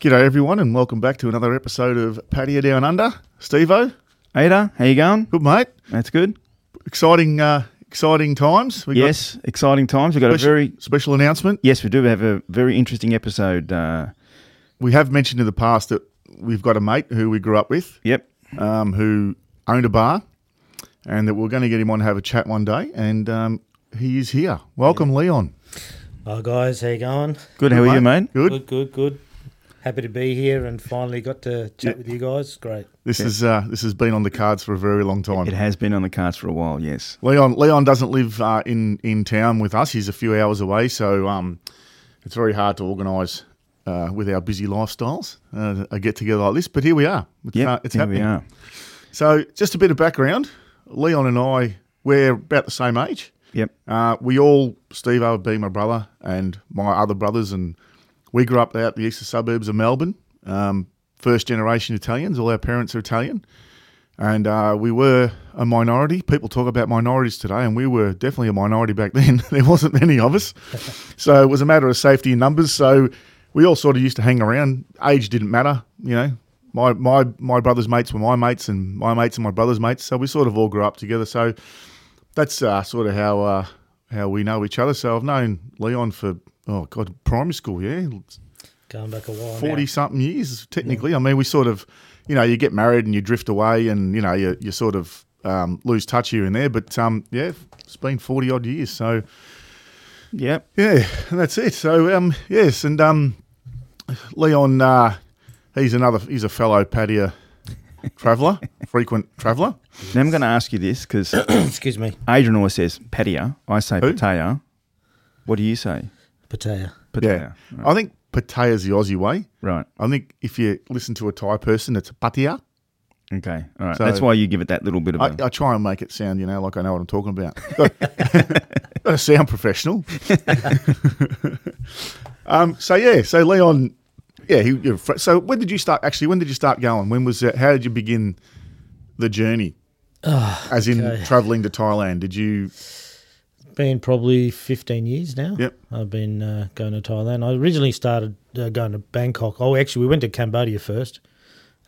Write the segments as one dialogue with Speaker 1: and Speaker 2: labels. Speaker 1: G'day, everyone, and welcome back to another episode of Patio Down Under. Stevo,
Speaker 2: Ada, how you going?
Speaker 1: good mate.
Speaker 2: That's good.
Speaker 1: Exciting, uh, exciting times. We
Speaker 2: yes, exciting times. We've got
Speaker 1: got
Speaker 2: a
Speaker 1: special,
Speaker 2: very
Speaker 1: special announcement.
Speaker 2: yes, we do have a very interesting episode. Uh,
Speaker 1: We have mentioned in the past that we've got a mate who we grew up with,
Speaker 2: yep,
Speaker 1: um, who owned a bar, and that we're going to get him on to have a chat one day. And um, he is here. Welcome, Leon.
Speaker 3: Hi guys, how you going?
Speaker 2: good. How are you, mate?
Speaker 1: Good.
Speaker 3: Good, good, good. Happy to be here and finally got to chat with you guys. Great.
Speaker 1: This is uh, this has been on the cards for a very long time.
Speaker 2: It has been on the cards for a while. Yes,
Speaker 1: Leon Leon doesn't live uh, in in town with us. He's a few hours away, so um, it's very hard to organise uh, with our busy lifestyles uh, a get together like this. But here we are. It's,
Speaker 2: yeah,
Speaker 1: uh, it's
Speaker 2: here
Speaker 1: happening.
Speaker 2: we are.
Speaker 1: So just a bit of background. Leon and I we're about the same age.
Speaker 2: Yep,
Speaker 1: Uh, we all Steve O would be my brother and my other brothers, and we grew up out the eastern suburbs of Melbourne. Um, first generation Italians. All our parents are Italian, and uh, we were a minority. People talk about minorities today, and we were definitely a minority back then. there wasn't many of us, so it was a matter of safety in numbers. So we all sort of used to hang around. Age didn't matter, you know. My my my brother's mates were my mates, and my mates and my brother's mates. So we sort of all grew up together. So that's uh, sort of how uh, how we know each other. So I've known Leon for oh god, primary school, yeah,
Speaker 3: Going back a while.
Speaker 1: forty
Speaker 3: now.
Speaker 1: something years technically. I mean, we sort of, you know, you get married and you drift away, and you know, you you sort of um, lose touch here and there. But um, yeah, it's been forty odd years. So
Speaker 2: yep.
Speaker 1: yeah, and that's it. So um, yes, and um, Leon, uh, he's another, he's a fellow patio traveller, frequent traveller.
Speaker 2: Now I'm going to ask you this because
Speaker 3: Excuse me.
Speaker 2: Adrian always says patio. I say
Speaker 1: Who?
Speaker 2: patio. What do you say?
Speaker 3: Patea.
Speaker 1: Yeah,
Speaker 2: Patio. Right.
Speaker 1: I think Pataya's the Aussie way.
Speaker 2: Right.
Speaker 1: I think if you listen to a Thai person, it's patia.
Speaker 2: Okay. All right.
Speaker 1: So-
Speaker 2: That's why you give it that little bit of
Speaker 1: I,
Speaker 2: a.
Speaker 1: I try and make it sound, you know, like I know what I'm talking about. Gotta sound professional. um, so yeah, so Leon, yeah. He, you're fr- so when did you start? Actually, when did you start going? When was that? How did you begin the journey? As in
Speaker 3: okay.
Speaker 1: traveling to Thailand? Did you?
Speaker 3: Been probably 15 years now.
Speaker 1: Yep.
Speaker 3: I've been uh, going to Thailand. I originally started uh, going to Bangkok. Oh, actually, we went to Cambodia first,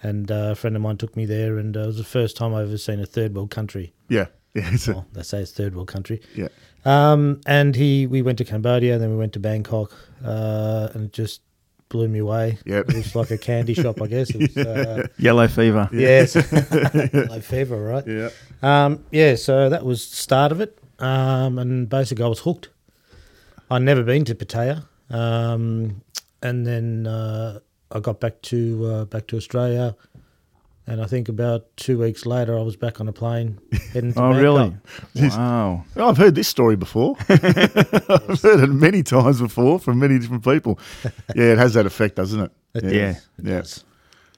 Speaker 3: and uh, a friend of mine took me there, and uh, it was the first time I ever seen a third world country.
Speaker 1: Yeah, yeah, it's a,
Speaker 3: Well, they say it's third world country.
Speaker 1: yeah.
Speaker 3: Um, and he, we went to Cambodia, and then we went to Bangkok, uh, and it just blew me away.
Speaker 1: Yep.
Speaker 3: It was like a candy shop, I guess. It was, uh,
Speaker 2: Yellow fever.
Speaker 3: yes, low fever, right?
Speaker 1: Yeah.
Speaker 3: Um, yeah. So that was the start of it, um, and basically I was hooked. I'd never been to Pattaya, um, and then uh, I got back to uh, back to Australia. And I think about two weeks later, I was back on a plane heading to
Speaker 2: Oh, really?
Speaker 3: Bangkok.
Speaker 2: Wow.
Speaker 1: Well, I've heard this story before. I've heard it many times before from many different people. Yeah, it has that effect, doesn't it?
Speaker 3: It
Speaker 2: Yeah.
Speaker 3: does, it
Speaker 1: Yeah.
Speaker 3: does.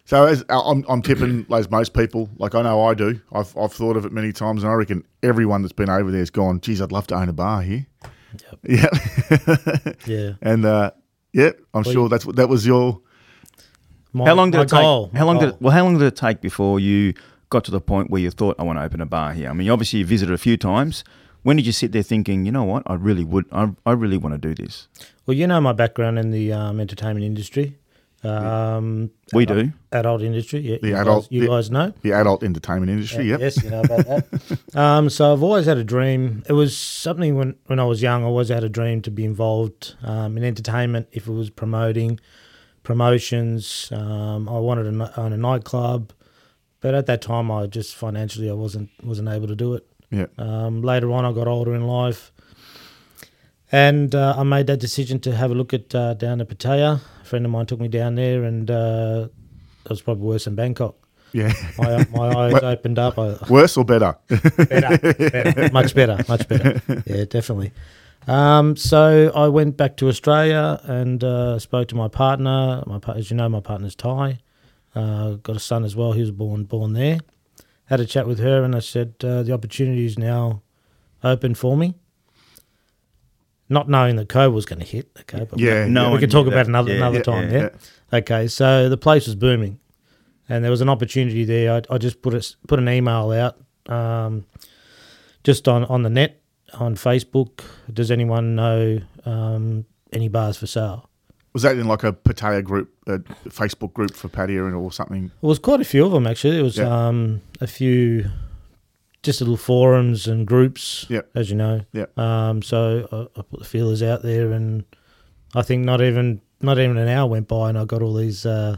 Speaker 1: So as uh, I'm, I'm tipping, as most people, like I know I do. I've, I've thought of it many times, and I reckon everyone that's been over there has gone. Geez, I'd love to own a bar here. Yeah,
Speaker 3: Yeah.
Speaker 1: and uh, yeah, I'm
Speaker 3: Well,
Speaker 1: sure
Speaker 3: you-
Speaker 1: that's what that was your.
Speaker 3: My-
Speaker 2: How long did
Speaker 3: my
Speaker 2: it take?
Speaker 3: goal, Oh, my
Speaker 2: how long did
Speaker 3: goal.
Speaker 2: it, well? How long did it take before you got to the point where you thought, "I want to open a bar here"? I mean, obviously you visited a few times. When did you sit there thinking, "You know what? I really would. I, I really want to do this."
Speaker 3: Well, you know my background in the um, entertainment industry, um,
Speaker 2: We do.
Speaker 3: adult industry. Yeah,
Speaker 1: The
Speaker 3: you
Speaker 1: adult-
Speaker 3: Guys, you
Speaker 1: the-
Speaker 3: guys know.
Speaker 1: The adult entertainment industry.
Speaker 3: Yeah,
Speaker 1: yep.
Speaker 3: Yes, you know about that. um, so I've always had a dream. It was something when when I was young. I always had a dream to be involved um, in entertainment. If it was promoting promotions, um, I wanted to ni- own a nightclub, but at that time, I just financially I wasn't wasn't able to do it.
Speaker 1: Yeah.
Speaker 3: Um, later on, I got older in life, and uh, I made that decision to have a look at uh, down at Pattaya. A friend of mine took me down there, and uh, it was probably worse than Bangkok.
Speaker 1: Yeah.
Speaker 3: My, my eyes opened up. I,
Speaker 1: Worse or better?
Speaker 3: better, better, much better, much better. Yeah, definitely. Um, so I went back to Australia and uh, spoke to my partner. My par- as you know, my partner's Thai. Uh, got a son as well. He was born born there. Had a chat with her, and I said uh, the opportunity is now open for me. Not knowing that COVID was going to hit. Okay, but
Speaker 1: Yeah.
Speaker 2: No
Speaker 3: we
Speaker 2: one
Speaker 3: could talk
Speaker 2: knew
Speaker 3: about
Speaker 2: that.
Speaker 3: another
Speaker 2: Yeah,
Speaker 3: another
Speaker 2: yeah,
Speaker 3: time.
Speaker 2: yeah.
Speaker 3: Yeah? Okay, so the place was booming, and there was an opportunity there. I, I just put a, put an email out, um, just on on the net on Facebook. Does anyone know um, any bars for sale?
Speaker 1: Was that in like a Patea group, a Facebook group for Patea or something?
Speaker 3: It was quite a few of them actually. It was
Speaker 1: Yeah.
Speaker 3: um, a few just little forums and groups,
Speaker 1: Yeah.
Speaker 3: as you know.
Speaker 1: Yeah.
Speaker 3: Um, so I, I put the feelers out there, and I think not even not even an hour went by, and I got all these uh,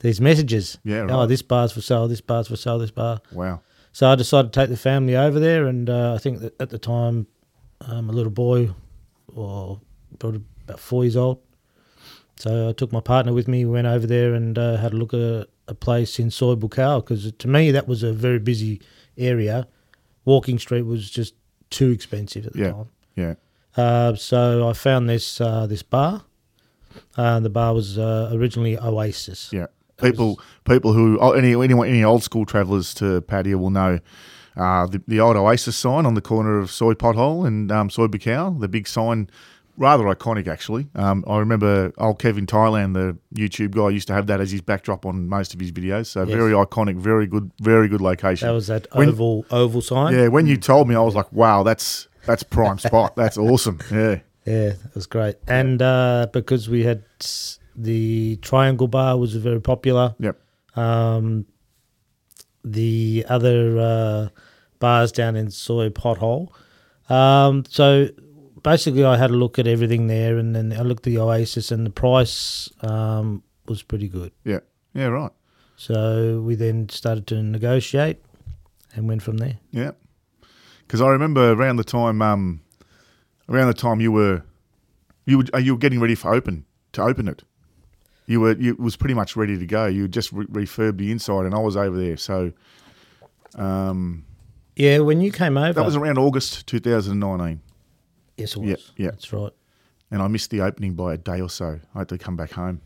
Speaker 3: these messages.
Speaker 1: Yeah, right.
Speaker 3: Oh, this bar's for sale. This bar's for sale. This bar.
Speaker 1: Wow.
Speaker 3: So I decided to take the family over there, and uh, I think that at the time, um, a little boy, or probably about four years old. So I took my partner with me. We went over there and uh, had a look at a place in Soy Bucal because to me that was a very busy area. Walking Street was just too expensive at the
Speaker 1: Yeah.
Speaker 3: time.
Speaker 1: Yeah.
Speaker 3: Uh, so I found this uh, this bar. Uh, the bar was uh, originally Oasis.
Speaker 1: Yeah. People, people who oh, any anyone any old school travellers to Padia will know uh, the, the old Oasis sign on the corner of Soy Pothole and um, Soy Bacow, the big sign, rather iconic actually. Um, I remember old Kevin Thailand, the YouTube guy, used to have that as his backdrop on most of his videos. So very iconic, very good, very good location.
Speaker 3: That was that
Speaker 1: When-
Speaker 3: oval oval sign.
Speaker 1: yeah. When you told me, I was like, wow, that's that's prime spot. That's awesome. Yeah.
Speaker 3: Yeah, it was great. And uh, because we had s- the triangle bar was very popular.
Speaker 1: Yep.
Speaker 3: Um, the other uh, bars down in Soy Pothole. Um, so basically, I had a look at everything there, and then I looked at the Oasis, and the price um, was pretty good.
Speaker 1: Yeah. Yeah. Right.
Speaker 3: So we then started to negotiate, and went from there.
Speaker 1: Yeah, because I remember around the time, um, around the time you were, you were, uh, you were getting ready for open to open it. You were, you it was pretty much ready to go. You just re- refurbed the inside, and I was over there. So um,
Speaker 3: Yeah, when you came over,
Speaker 1: that was around August 2019,
Speaker 3: yes, it was.
Speaker 1: Yeah, yeah.
Speaker 3: that's right.
Speaker 1: and I missed the opening by a day or so. I had to come back home.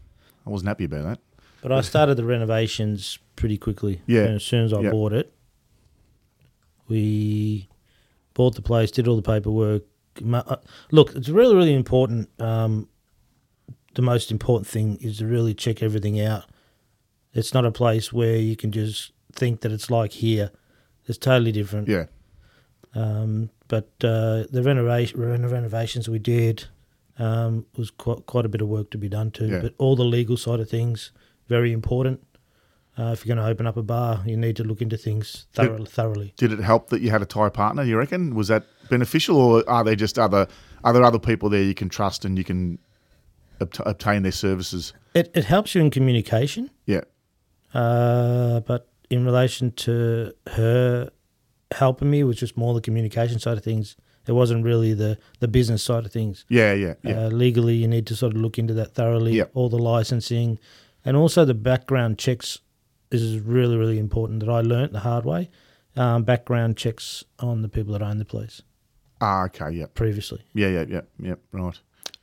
Speaker 1: I wasn't happy about that.
Speaker 3: But I started the renovations pretty quickly.
Speaker 1: Yeah.
Speaker 3: And as soon as I
Speaker 1: Yeah.
Speaker 3: bought it, we bought the place, did all the paperwork. Ma- uh, Look, it's really, really important. Um, the most important thing is to really check everything out. It's not a place where you can just think that it's like here. It's totally different.
Speaker 1: Yeah,
Speaker 3: Um, but uh, the renovation, renovations we did um, was quite, quite a bit of work to be done too.
Speaker 1: Yeah.
Speaker 3: But all the legal side of things, very important. Uh, if you're going to open up a bar, you need to look into things thoroughly. thoroughly.
Speaker 1: did it help that you had a Thai partner? You reckon was that beneficial, or are there just other are there other people there you can trust and you can obt- obtain their services?
Speaker 3: It, it helps you in communication,
Speaker 1: Yeah.
Speaker 3: uh, but in relation to her helping me was just more the communication side of things. It wasn't really the, the business side of things.
Speaker 1: Yeah, yeah, yeah.
Speaker 3: Uh, legally, you need to sort of look into that thoroughly.
Speaker 1: Yeah.
Speaker 3: All the licensing, and also the background checks is really really important. That I learnt the hard way. Um, background checks on the people that own the place
Speaker 1: Ah, okay, yeah,
Speaker 3: previously.
Speaker 1: yeah, yeah, yeah, yeah. Right.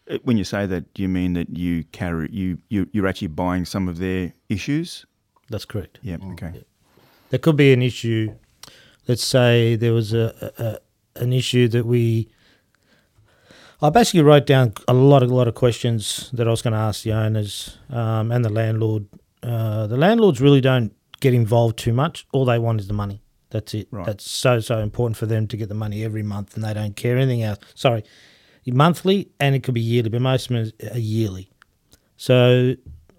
Speaker 2: Uh, When you say that, do you mean that you carry you, you you're actually buying some of their issues?
Speaker 3: That's correct.
Speaker 2: Yeah. Okay.
Speaker 3: There could be an issue. Let's say there was a, a a- an issue that we. I basically wrote down a lot, a lot of questions that I was going to ask the owners um, and the landlord. Uh, the landlords really don't get involved too much. All they want is the money. That's it.
Speaker 2: Right.
Speaker 3: That's so so important for them to get the money every month, and they don't care anything else. Sorry, monthly, and it could be yearly, but most of them is- are yearly. So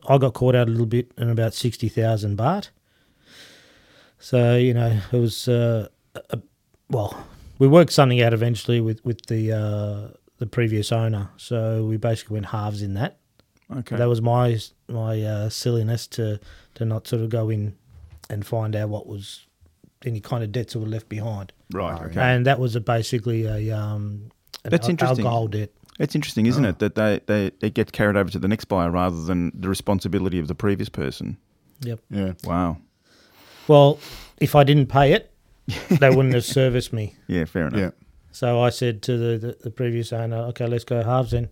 Speaker 3: I got caught out a little bit in about sixty thousand baht. So you know it was uh, a, a- well, we worked something out eventually with with the uh, the previous owner. So we basically went halves in that.
Speaker 2: Okay.
Speaker 3: That was my my uh, silliness to to not sort of go in and find out what was any kind of debts that were left behind.
Speaker 2: right.
Speaker 1: Oh,
Speaker 2: Okay.
Speaker 3: And that was a basically a um, an
Speaker 2: That's
Speaker 3: al-
Speaker 2: interesting.
Speaker 3: alcohol debt.
Speaker 2: It's interesting, isn't
Speaker 3: Ah.
Speaker 2: it, that they, they, they get carried over to the next buyer rather than the responsibility of the previous person.
Speaker 3: Yep.
Speaker 1: Yeah.
Speaker 2: Wow.
Speaker 3: Well, if I didn't pay it, they wouldn't have serviced me.
Speaker 2: Yeah. Fair enough.
Speaker 1: Yeah.
Speaker 3: So I said to the, the, the previous owner, okay, let's go halves then.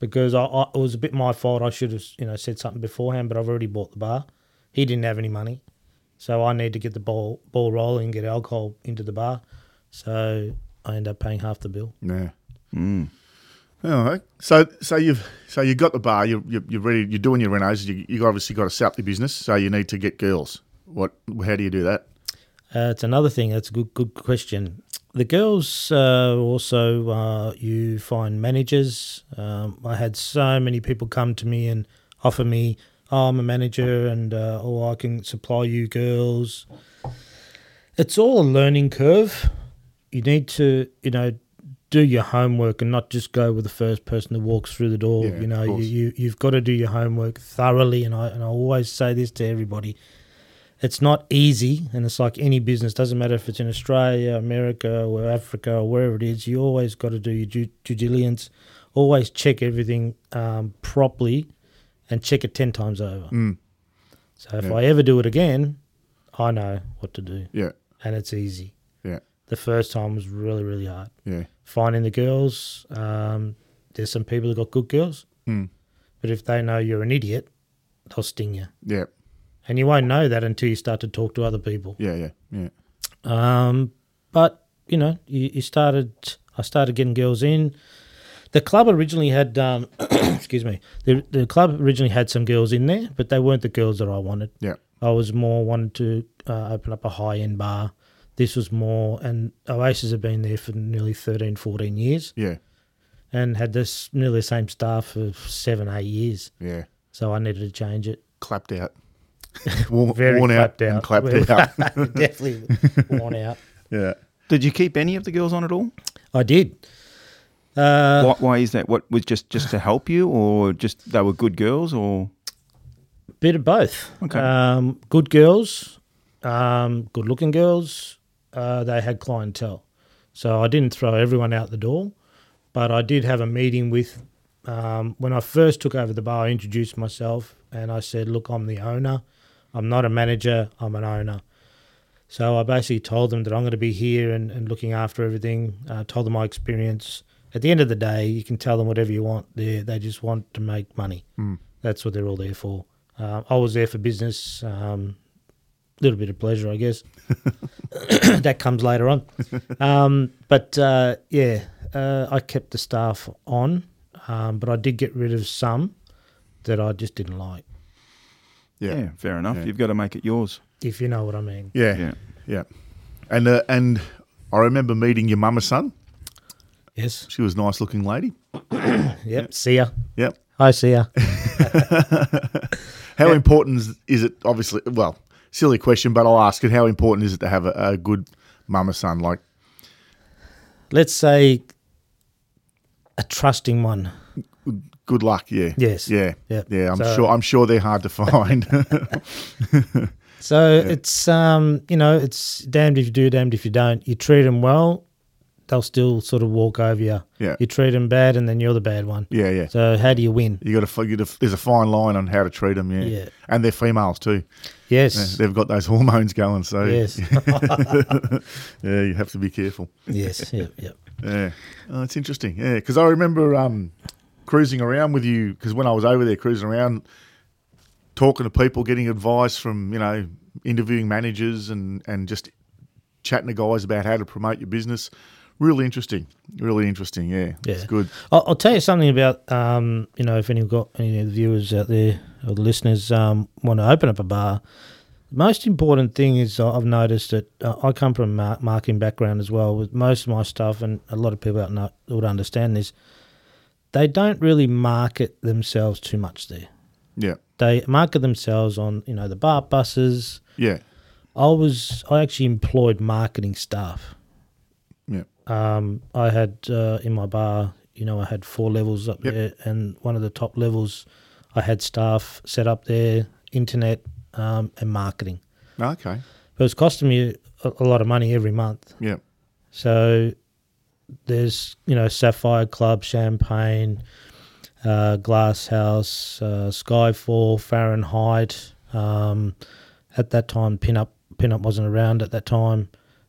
Speaker 3: Because I, I, it was a bit my fault. I should have, you know, said something beforehand, but I've already bought the bar. He didn't have any money. So I need to get the ball, ball rolling and get alcohol into the bar. So I end up paying half the bill.
Speaker 1: Yeah.
Speaker 2: Mm.
Speaker 1: All right. So, so you've so you got the bar. You you you're ready. You're doing your renos. You you obviously got to set up your business. So you need to get girls. What? How do you do that?
Speaker 3: Uh, it's another thing. That's a good, good question. the girls uh, also uh, you find managers. Um, I had so many people come to me and offer me, "Oh, I'm a manager, and uh, oh, I can supply you girls." It's all a learning curve. You need to, you know, do your homework and not just go with the first person that walks through the door.
Speaker 1: Yeah,
Speaker 3: you
Speaker 1: of
Speaker 3: know, you,
Speaker 1: course.
Speaker 3: you you've got to do your homework thoroughly, and I and I always say this to everybody it's not easy and it's like any business doesn't matter if it's in australia america or africa or wherever it is you always got to do your due, due diligence always check everything um, properly and check it 10 times over
Speaker 1: Mm.
Speaker 3: so if
Speaker 1: Yeah.
Speaker 3: i ever do it again i know what to do
Speaker 1: Yeah.
Speaker 3: and it's easy
Speaker 1: Yeah.
Speaker 3: the first time was really really hard
Speaker 1: Yeah.
Speaker 3: finding the girls um, there's some people that got good girls
Speaker 1: Mm.
Speaker 3: but if they know you're an idiot they'll sting you
Speaker 1: Yeah.
Speaker 3: and you won't know that until you start to talk to other people
Speaker 1: Yeah. Yeah. Yeah.
Speaker 3: Um, but you know, you, you started. I started getting girls in. The club originally had, um, excuse me, the the club originally had some girls in there, but they weren't the girls that I wanted.
Speaker 1: Yeah.
Speaker 3: I was more wanted to uh, open up a high end bar. This was more, and Oasis have been there for nearly 13, 14 years,
Speaker 1: Yeah.
Speaker 3: and had this nearly the same staff for seven, eight years.
Speaker 1: Yeah.
Speaker 3: So I needed to change it.
Speaker 1: Clapped out. Worn,
Speaker 3: Very
Speaker 1: worn
Speaker 3: clapped
Speaker 1: out, and
Speaker 3: out.
Speaker 1: clapped out.
Speaker 3: Definitely worn out.
Speaker 1: yeah.
Speaker 2: Did you keep any of the girls on at all?
Speaker 3: I did. Uh,
Speaker 2: why, why is that? What was just just to help you, or just they were good girls, or
Speaker 3: Bit of both.
Speaker 2: Okay.
Speaker 3: Um, good girls, um, good looking girls. Uh, they had clientele. So I didn't throw everyone out the door, but I did have a meeting with. Um, when I first took over the bar, I introduced myself and I said, Look, I'm the owner. I'm not a manager, I'm an owner. So I basically told them that I'm going to be here and, and looking after everything, uh, told them my experience. At the end of the day, you can tell them whatever you want. They, they just want to make money. That's what they're all there for. Uh, I was there for business, um, little bit of pleasure, I guess. that comes later on. Um, but uh, yeah, uh, I kept the staff on, um, but I did get rid of some that I just didn't like,
Speaker 1: Yeah. Yeah.
Speaker 2: fair enough.
Speaker 1: Yeah.
Speaker 2: You've got to make it yours.
Speaker 3: if you know what I mean.
Speaker 1: Yeah.
Speaker 2: Yeah.
Speaker 1: And uh, and I remember meeting your mama's son.
Speaker 3: Yes.
Speaker 1: She was a nice looking lady.
Speaker 3: Yep. See ya.
Speaker 1: Yep.
Speaker 3: Hi, see ya.
Speaker 1: How important is- is it? Obviously, well, silly question, but I'll ask it. How important is it to have a, a good mama son? Like,
Speaker 3: Let's say a trusting one.
Speaker 1: good luck. Yeah.
Speaker 3: Yes.
Speaker 1: Yeah.
Speaker 3: Yep.
Speaker 1: Yeah. I'm
Speaker 3: So-
Speaker 1: sure. I'm sure they're hard to find.
Speaker 3: So it's um, you know, it's damned if you do, damned if you don't. You treat them well, they'll still sort of walk over you.
Speaker 1: Yeah.
Speaker 3: You treat them bad, and then you're the bad one.
Speaker 1: yeah. Yeah.
Speaker 3: So how do you win?
Speaker 1: You got to figure. There's a fine line on how to treat them. Yeah.
Speaker 3: Yeah.
Speaker 1: And they're females too.
Speaker 3: Yes.
Speaker 1: They've got those hormones going. So
Speaker 3: Yes.
Speaker 1: yeah, you have to be careful.
Speaker 3: yes. Yep. Yep.
Speaker 1: Yeah, oh, it's interesting. Yeah, because I remember um, cruising around with you. Because when I was over there cruising around, talking to people, getting advice from you know, interviewing managers and and just chatting to guys about how to promote your business. Really interesting. Really interesting. Yeah, it's
Speaker 3: Yeah.
Speaker 1: good.
Speaker 3: I'll, I'll tell you something about um, you know, if any got any of the viewers out there or the listeners um, want to open up a bar. The most important thing is I- I've noticed that uh, I come from a mar- marketing background as well. With most of my stuff, and a lot of people out know, would understand this, they don't really market themselves too much there.
Speaker 1: Yeah,
Speaker 3: They market themselves on you know the bar buses.
Speaker 1: yeah,
Speaker 3: I was I actually employed marketing staff.
Speaker 1: yeah,
Speaker 3: Um, I had uh, in my bar, you know, I had four levels up
Speaker 1: Yep.
Speaker 3: there, and one of the top levels, I had staff set up there, internet um, and marketing.
Speaker 1: okay,
Speaker 3: But it was costing me a, a lot of money every month.
Speaker 1: yeah,
Speaker 3: So there's you know Sapphire Club, Champagne, uh, Glass House, uh, Skyfall, Fahrenheit. Um, at that time, Pinup Pinup wasn't around at that time,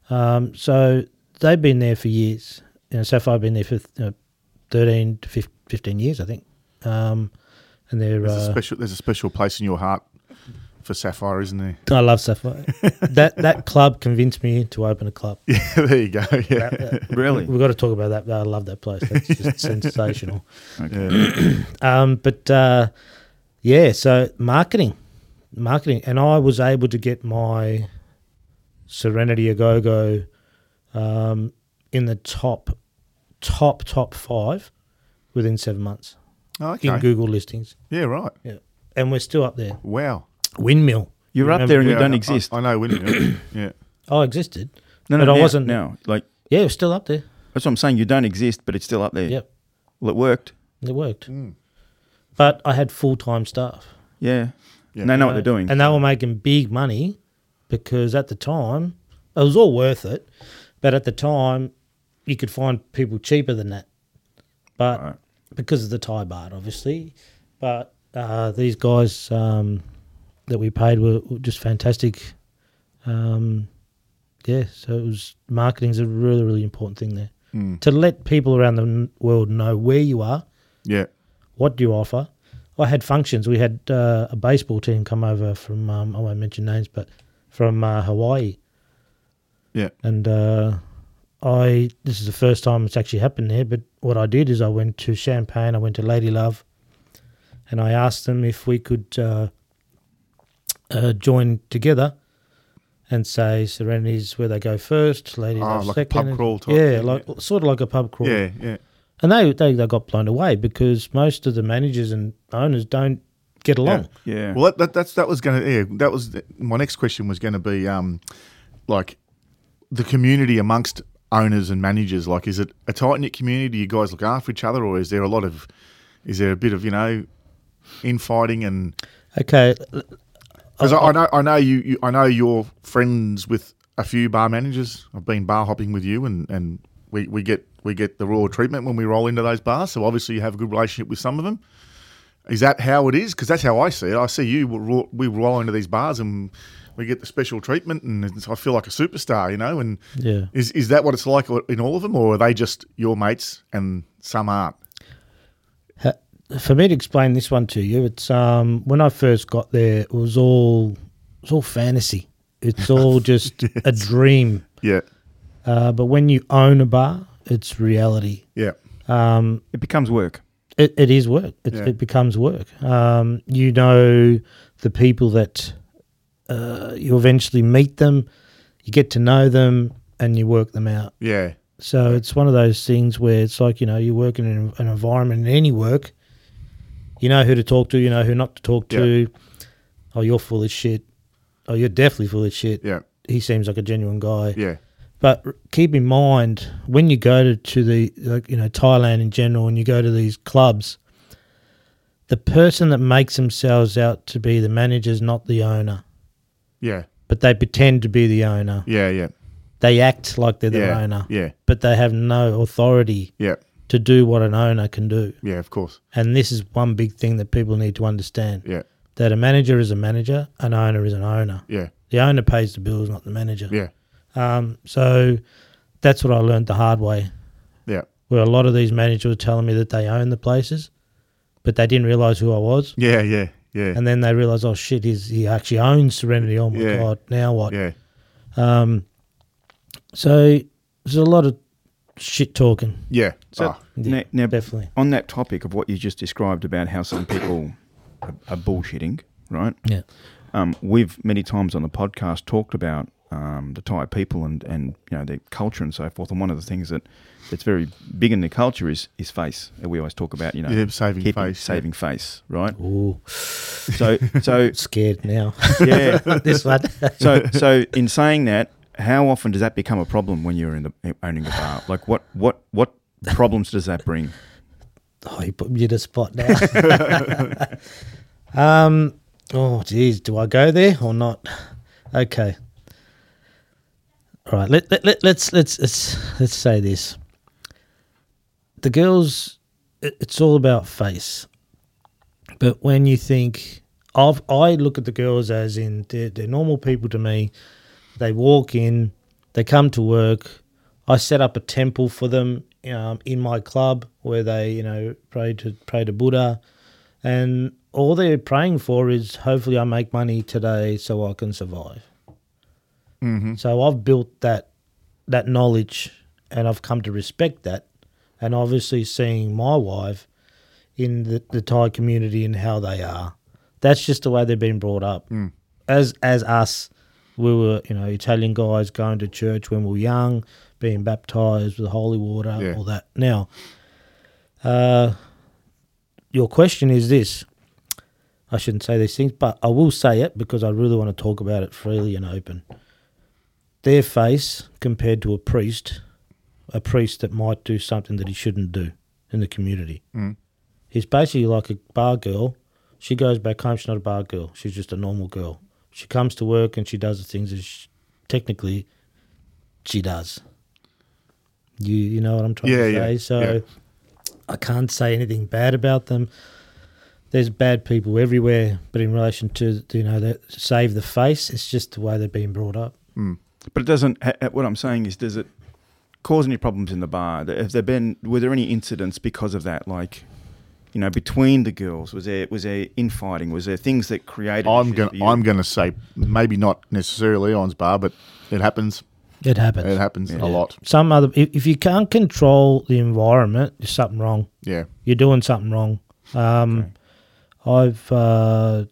Speaker 3: um, so they've been there for years. You know, Sapphire been there for uh, thirteen to fif- fifteen years, I think. Um, and they're
Speaker 1: there's a
Speaker 3: uh,
Speaker 1: special. There's a special place in your heart for Sapphire, isn't there?
Speaker 3: I love Sapphire. that that club convinced me to open a club.
Speaker 1: Yeah, there you go. Yeah,
Speaker 3: That- that-
Speaker 2: Really?
Speaker 3: We've got to talk about that. I love that place. That's just sensational.
Speaker 1: yeah,
Speaker 3: Um, but uh, yeah, so marketing, marketing, and I was able to get my Serenity a Go Go um, in the top, top, top five within seven months
Speaker 1: Oh,
Speaker 3: in
Speaker 1: okay.
Speaker 3: Google listings.
Speaker 1: yeah, right.
Speaker 3: Yeah. And we're still up there.
Speaker 1: Wow.
Speaker 3: Windmill.
Speaker 2: You're
Speaker 3: You
Speaker 2: up
Speaker 3: remember-
Speaker 2: there and
Speaker 1: Yeah,
Speaker 2: you don't
Speaker 1: I-
Speaker 2: exist.
Speaker 1: I, I know windmill. yeah.
Speaker 3: Oh, existed.
Speaker 2: no, no,
Speaker 3: but I
Speaker 2: now,
Speaker 3: wasn't-
Speaker 2: now. Like
Speaker 3: Yeah, we're still up there.
Speaker 2: that's what I'm saying. You don't exist, but it's still up there.
Speaker 3: Yep.
Speaker 2: Well, it worked.
Speaker 3: It worked.
Speaker 2: Mm.
Speaker 3: But I had full time staff.
Speaker 2: Yeah.
Speaker 1: Yeah.
Speaker 2: And they know what they're doing.
Speaker 3: And they were making big money because at the time, it was all worth it. But at the time, you could find people cheaper than that. But
Speaker 2: Right.
Speaker 3: because of the Thai baht, obviously. But uh, these guys um, that we paid were were just fantastic. Um, yeah, so it was marketing's a really, really important thing there.
Speaker 1: Mm.
Speaker 3: To let people around the n- world know where you are
Speaker 1: Yeah.
Speaker 3: what do you offer? I had functions. We had uh, a baseball team come over from um, I won't mention names, but from uh, Hawaii,
Speaker 1: Yeah.
Speaker 3: and uh, I this is the first time it's actually happened there. But what I did is I went to Champagne, I went to Lady Love, and I asked them if we could uh, uh, join together and say Serenity's where they go first, Lady
Speaker 1: Oh,
Speaker 3: Love
Speaker 1: like a
Speaker 3: second,
Speaker 1: pub
Speaker 3: and-
Speaker 1: crawl type
Speaker 3: yeah,
Speaker 1: thing,
Speaker 3: like sort of like a pub crawl,
Speaker 1: Yeah. Yeah.
Speaker 3: and they, they they got blown away because most of the managers and owners don't get along.
Speaker 2: Yeah.
Speaker 1: Well, that, that that's that was going to yeah, that was my next question was going to be um like the community amongst owners and managers like is it a tight knit community do you guys look after each other or is there a lot of is there a bit of you know infighting and
Speaker 3: Okay,
Speaker 1: because I, I know I know you, you I know you're friends with a few bar managers I've been bar hopping with you and and we, we get we get the raw treatment when we roll into those bars so obviously you have a good relationship with some of them Is that how it is? Because that's how I see it. I see you. we roll- We roll into these bars and we get the special treatment, and it's- I feel like a superstar, you know. And
Speaker 3: Yeah.
Speaker 1: is is that what it's like in all of them, or are they just your mates and some aren't?
Speaker 3: Ha- for me to explain this one to you, it's um when I first got there, it was all it's all fantasy. It's all just a dream.
Speaker 1: Yeah,
Speaker 3: Uh, but when you own a bar, it's reality. Um,
Speaker 1: yeah,
Speaker 2: it becomes work.
Speaker 3: It, it is work. It,
Speaker 1: Yeah.
Speaker 3: it becomes work. Um, you know the people that uh, you eventually meet them, you get to know them, and you work them out.
Speaker 1: yeah,
Speaker 3: So it's one of those things where it's like, you know, you work in an, an environment in any work, you know who to talk to, you know who not to talk to. Oh, you're full of shit. Oh, you're definitely full of shit.
Speaker 1: yeah,
Speaker 3: He seems like a genuine guy.
Speaker 1: yeah,
Speaker 3: But r- keep in mind when you go to, to the, like, you know, Thailand in general and you go to these clubs, the person that makes themselves out to be the manager is not the owner,
Speaker 1: yeah,
Speaker 3: but they pretend to be the owner.
Speaker 1: yeah, yeah,
Speaker 3: They act like they're the
Speaker 1: yeah,
Speaker 3: owner,
Speaker 1: yeah,
Speaker 3: but they have no authority
Speaker 1: yeah,
Speaker 3: to do what an owner can do.
Speaker 1: yeah. Of course,
Speaker 3: And this is one big thing that people need to understand
Speaker 1: yeah,
Speaker 3: that a manager is a manager, an owner is an owner.
Speaker 1: yeah,
Speaker 3: The owner pays the bills, not the manager.
Speaker 1: yeah,
Speaker 3: Um, so that's what I learned the hard way,
Speaker 1: yeah,
Speaker 3: where a lot of these managers were telling me that they own the places, but they didn't realize who I was.
Speaker 1: yeah, yeah, yeah,
Speaker 3: And then they realized, oh shit, he's, he actually owns Serenity. Oh my
Speaker 1: Yeah.
Speaker 3: God, now what? Um,
Speaker 1: yeah,
Speaker 3: So there's a lot of shit talking.
Speaker 1: yeah.
Speaker 2: So
Speaker 1: Ah,
Speaker 2: now, now
Speaker 3: Definitely.
Speaker 2: on that topic of what you just described about how some people are, are bullshitting, right?
Speaker 3: Yeah.
Speaker 2: Um, we've many times on the podcast talked about um, the Thai people and, and you know their culture and so forth. And one of the things that that's very big in the culture is is face. And We always talk about you know
Speaker 1: Yeah, saving
Speaker 2: keeping-
Speaker 1: face, yeah.
Speaker 2: saving face, right?
Speaker 3: Ooh,
Speaker 2: So so
Speaker 3: scared now.
Speaker 2: yeah.
Speaker 3: this one.
Speaker 2: So so in saying that, how often does that become a problem when you're in the owning a bar? Like what what what problems does that bring?
Speaker 3: Oh, you put me in a spot now. um, oh, geez, do I go there or not? Okay. All right. Let, let, let, let's let's let's let's say this. The girls, it, it's all about face. But when you think of, I look at the girls as in they're, they're normal people to me. They walk in, they come to work. I set up a temple for them um, in my club where they, you know, pray to pray to Buddha, and all they're praying for is hopefully I make money today so I can survive. Mm-hmm. So I've built that that knowledge, and I've come to respect that, and obviously seeing my wife in the, the Thai community and how they are, that's just the way they've been brought up. As as us, we were, you know, Italian guys going to church when we were young, being baptized with holy water,
Speaker 1: Yeah.
Speaker 3: all that. Now, uh, your question is this. I shouldn't say these things, but I will say it because I really want to talk about it freely and open. Their face compared to a priest, a priest that might do something that he shouldn't do in the community.
Speaker 1: Mm.
Speaker 3: He's basically like a bar girl. She goes back home. She's not a bar girl. She's just a normal girl. She comes to work and she does the things that she, technically she does. You you know what I'm trying to
Speaker 1: Yeah, yeah,
Speaker 3: say. So
Speaker 1: yeah.
Speaker 3: I can't say anything bad about them. There's bad people everywhere, but in relation to you know that save the face, it's just the way they're being brought up.
Speaker 2: But it doesn't. ha- ha- What I'm saying is, does it cause any problems in the bar? Th- Have there been? Were there any incidents because of that? Like, you know, between the girls, was there was there infighting? Was there things that created?
Speaker 1: I'm
Speaker 2: issues
Speaker 1: gonna
Speaker 2: for you?
Speaker 1: I'm gonna say maybe not necessarily Eon's bar, but it happens.
Speaker 3: It happens.
Speaker 1: It happens
Speaker 2: Yeah.
Speaker 1: a lot.
Speaker 3: Some other if, if you can't control the environment, there's something wrong.
Speaker 1: Yeah.
Speaker 3: you're doing something wrong. Um, I've uh,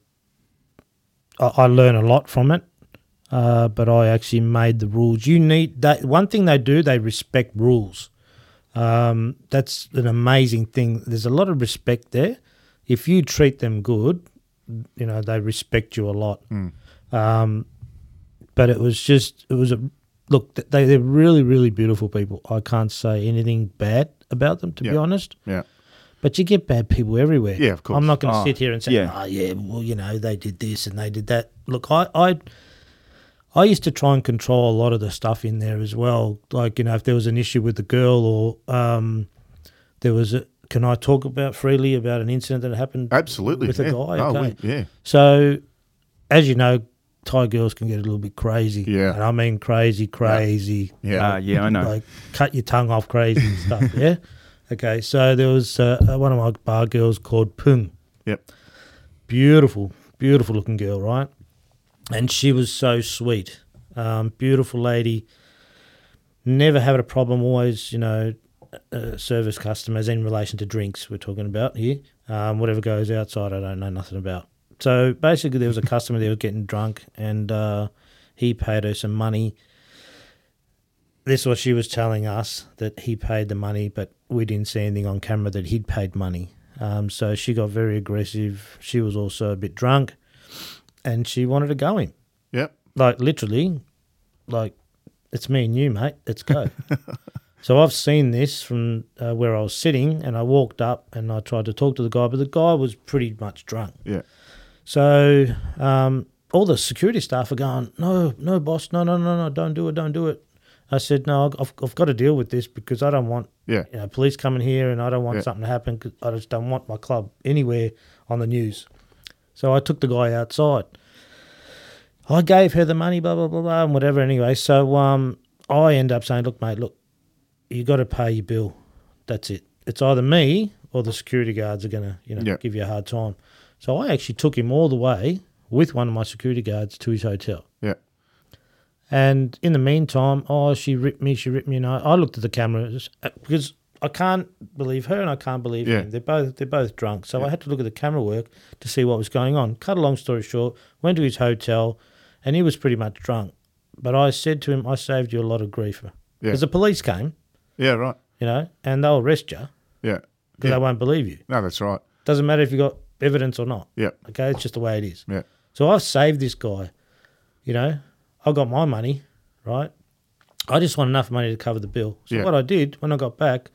Speaker 3: I, I learn a lot from it, uh, but I actually made the rules. You need that one thing they do. They respect rules. Um, that's an amazing thing. There's a lot of respect there. If you treat them good, you know they respect you a lot. Um, but it was just it was a look. th- They they're really really beautiful people. I can't say anything bad about them to be
Speaker 1: Yeah.
Speaker 3: honest.
Speaker 1: Yeah.
Speaker 3: But you get bad people everywhere.
Speaker 1: Yeah, of course.
Speaker 3: I'm not going to
Speaker 2: Oh,
Speaker 3: sit here and say,
Speaker 2: yeah.
Speaker 3: oh, yeah, well, you know, they did this and they did that. Look, I, I, I used to try and control a lot of the stuff in there as well. Like, you know, if there was an issue with the girl or um, there was a, can I talk about freely about an incident that happened?
Speaker 1: Absolutely.
Speaker 3: With a
Speaker 1: yeah. Oh,
Speaker 3: guy,
Speaker 1: we-
Speaker 3: okay.
Speaker 1: yeah.
Speaker 3: So, as you know, Thai girls can get a little bit crazy.
Speaker 1: Yeah.
Speaker 3: And I mean crazy, crazy
Speaker 1: Yeah.
Speaker 2: Ah, yeah, I know.
Speaker 3: like cut your tongue off crazy and stuff. Yeah. Okay. So there was uh, one of my bar girls called Pung.
Speaker 1: Yep.
Speaker 3: Beautiful, beautiful looking girl, right? And she was so sweet. Um, beautiful lady. Never had a problem. Always, you know, uh, service customers in relation to drinks. We're talking about here. Um, whatever goes outside, I don't know nothing about. So basically, there was a customer that was getting drunk, and uh, he paid her some money this is what she was telling us that he paid the money, but we didn't see anything on camera that he'd paid money. Um, so she got very aggressive. She was also a bit drunk, and she wanted to go him.
Speaker 1: Yep.
Speaker 3: Like literally, like it's me and you, mate. Let's go. so I've seen this from uh, where I was sitting, and I walked up and I tried to talk to the guy, but the guy was pretty much drunk.
Speaker 1: Yeah.
Speaker 3: So um, all the security staff are going, no, no, boss, no, no, no, no, don't do it, don't do it. I said, no, I've, I've got to deal with this because I don't want
Speaker 1: Yeah.
Speaker 3: you know, police coming here and I don't want
Speaker 1: Yeah.
Speaker 3: something to happen 'cause I just don't want my club anywhere on the news. So I took the guy outside. I gave her the money, blah, blah, blah, blah, and whatever anyway. So um, I end up saying, look, mate, look, you got to pay your bill. That's it. It's either me or the security guards are going to, you know,
Speaker 1: Yeah.
Speaker 3: give you a hard time. So I actually took him all the way with one of my security guards to his hotel.
Speaker 1: Yeah.
Speaker 3: And in the meantime, oh, she ripped me, she ripped me, and I, I looked at the cameras uh, because I can't believe her and I can't believe
Speaker 1: Yeah.
Speaker 3: him. They're both they're both drunk, so I had to look at the camera work to see what was going on. Cut a long story short, went to his hotel, and he was pretty much drunk. But I said to him, "I saved you a lot of grief
Speaker 1: Yeah.
Speaker 3: because the police came,
Speaker 1: Yeah. Right.
Speaker 3: you know, and they'll arrest you
Speaker 1: Yeah. Yeah.
Speaker 3: because they won't believe you.
Speaker 1: No, that's right.
Speaker 3: Doesn't matter if you got evidence or not.
Speaker 1: Yeah.
Speaker 3: Okay, it's just the way it is.
Speaker 1: Yeah.
Speaker 3: So I've saved this guy. You know, I got my money, right? I just want enough money to cover the bill. So
Speaker 1: Yeah.
Speaker 3: what I did when I got back,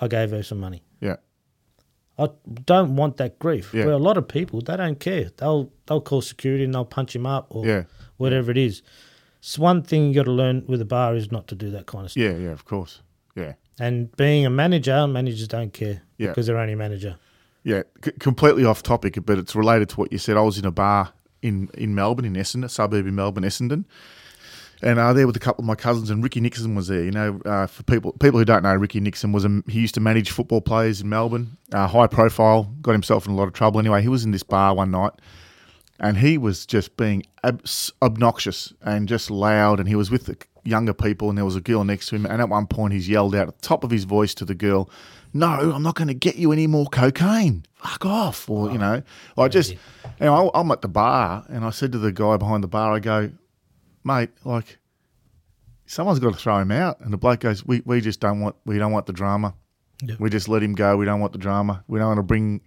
Speaker 3: I gave her some money.
Speaker 1: Yeah.
Speaker 3: I don't want that grief.
Speaker 1: Yeah.
Speaker 3: Where a lot of people they don't care. They'll they'll call security and they'll punch him up or
Speaker 1: Yeah.
Speaker 3: whatever it is. It's one thing you got to learn with a bar is not to do that kind of stuff.
Speaker 1: Yeah. Yeah. Of course. Yeah.
Speaker 3: And being a manager, managers don't care
Speaker 1: Yeah.
Speaker 3: because they're only manager.
Speaker 1: Yeah, c- completely off topic, but it's related to what you said. I was in a bar in, in Melbourne, in Essendon, a suburb in Melbourne, Essendon, and uh, there with a couple of my cousins, and Ricky Nixon was there. You know, uh, for people people who don't know, Ricky Nixon was a, he used to manage football players in Melbourne, uh, high profile, got himself in a lot of trouble. Anyway, he was in this bar one night, and he was just being abs- obnoxious and just loud. And he was with the younger people, and there was a girl next to him. And at one point, he's yelled out at the top of his voice to the girl, "No, I'm not going to get you any more cocaine. Fuck off!" Or you know, I just, you know, I- I'm at the bar, and I said to the guy behind the bar, I go, mate, like someone's got to throw him out. And the bloke goes, we, we just don't want we don't want the drama.
Speaker 3: Yeah.
Speaker 1: We just let him go. We don't want the drama. We don't want to bring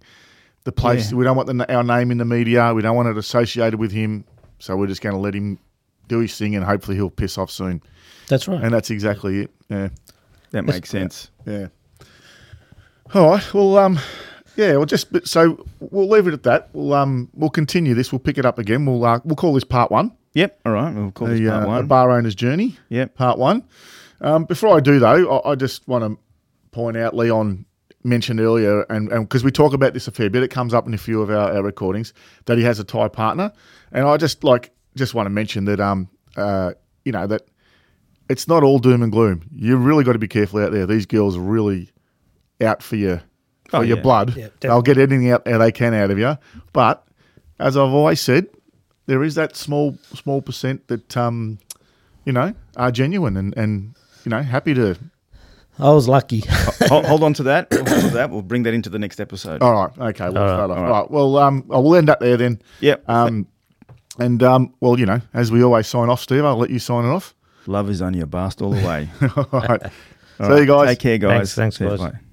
Speaker 1: the place. We don't want the, our name in the media. We don't want it associated with him. So we're just going to let him do his thing, and hopefully he'll piss off soon.
Speaker 3: That's right.
Speaker 1: And that's exactly it. Yeah,
Speaker 2: That makes sense.
Speaker 1: yeah. All right. Well, um, yeah. Well, just but- so we'll leave it at that. We'll um, we'll continue this. We'll pick it up again. We'll uh, we'll call this part one.
Speaker 2: Yep. All right. We'll call this
Speaker 1: the,
Speaker 2: part
Speaker 1: uh,
Speaker 2: one.
Speaker 1: the bar owner's journey.
Speaker 2: Yep.
Speaker 1: part one. Um, before I do though, I, I just want to point out Leon mentioned earlier, and because we talk about this a fair bit, it comes up in a few of our, our recordings that he has a Thai partner, and I just like just want to mention that um uh you know that it's not all doom and gloom. You really got to be careful out there. These girls are really out for your for
Speaker 2: Oh,
Speaker 1: your
Speaker 2: yeah.
Speaker 1: blood.
Speaker 3: Yeah,
Speaker 1: They'll get anything out they can out of you. But as I've always said, there is that small small percent that um you know are genuine and and you know happy to.
Speaker 3: I was lucky.
Speaker 2: hold, hold on to that. We'll hold on to that. We'll bring that into the next episode.
Speaker 1: All right, okay, we'll
Speaker 3: All right,
Speaker 1: start off. All
Speaker 2: all right.
Speaker 1: right. well um I will end up there then.
Speaker 2: Yep.
Speaker 1: Um and um well you know as we always sign off, Steve, I'll let you sign it off.
Speaker 2: Love is on your bust all the way.
Speaker 1: all right.
Speaker 2: All
Speaker 1: See you
Speaker 2: right,
Speaker 1: guys.
Speaker 2: Take care, guys.
Speaker 3: Thanks, thanks,
Speaker 2: See you,
Speaker 3: guys.
Speaker 2: bye.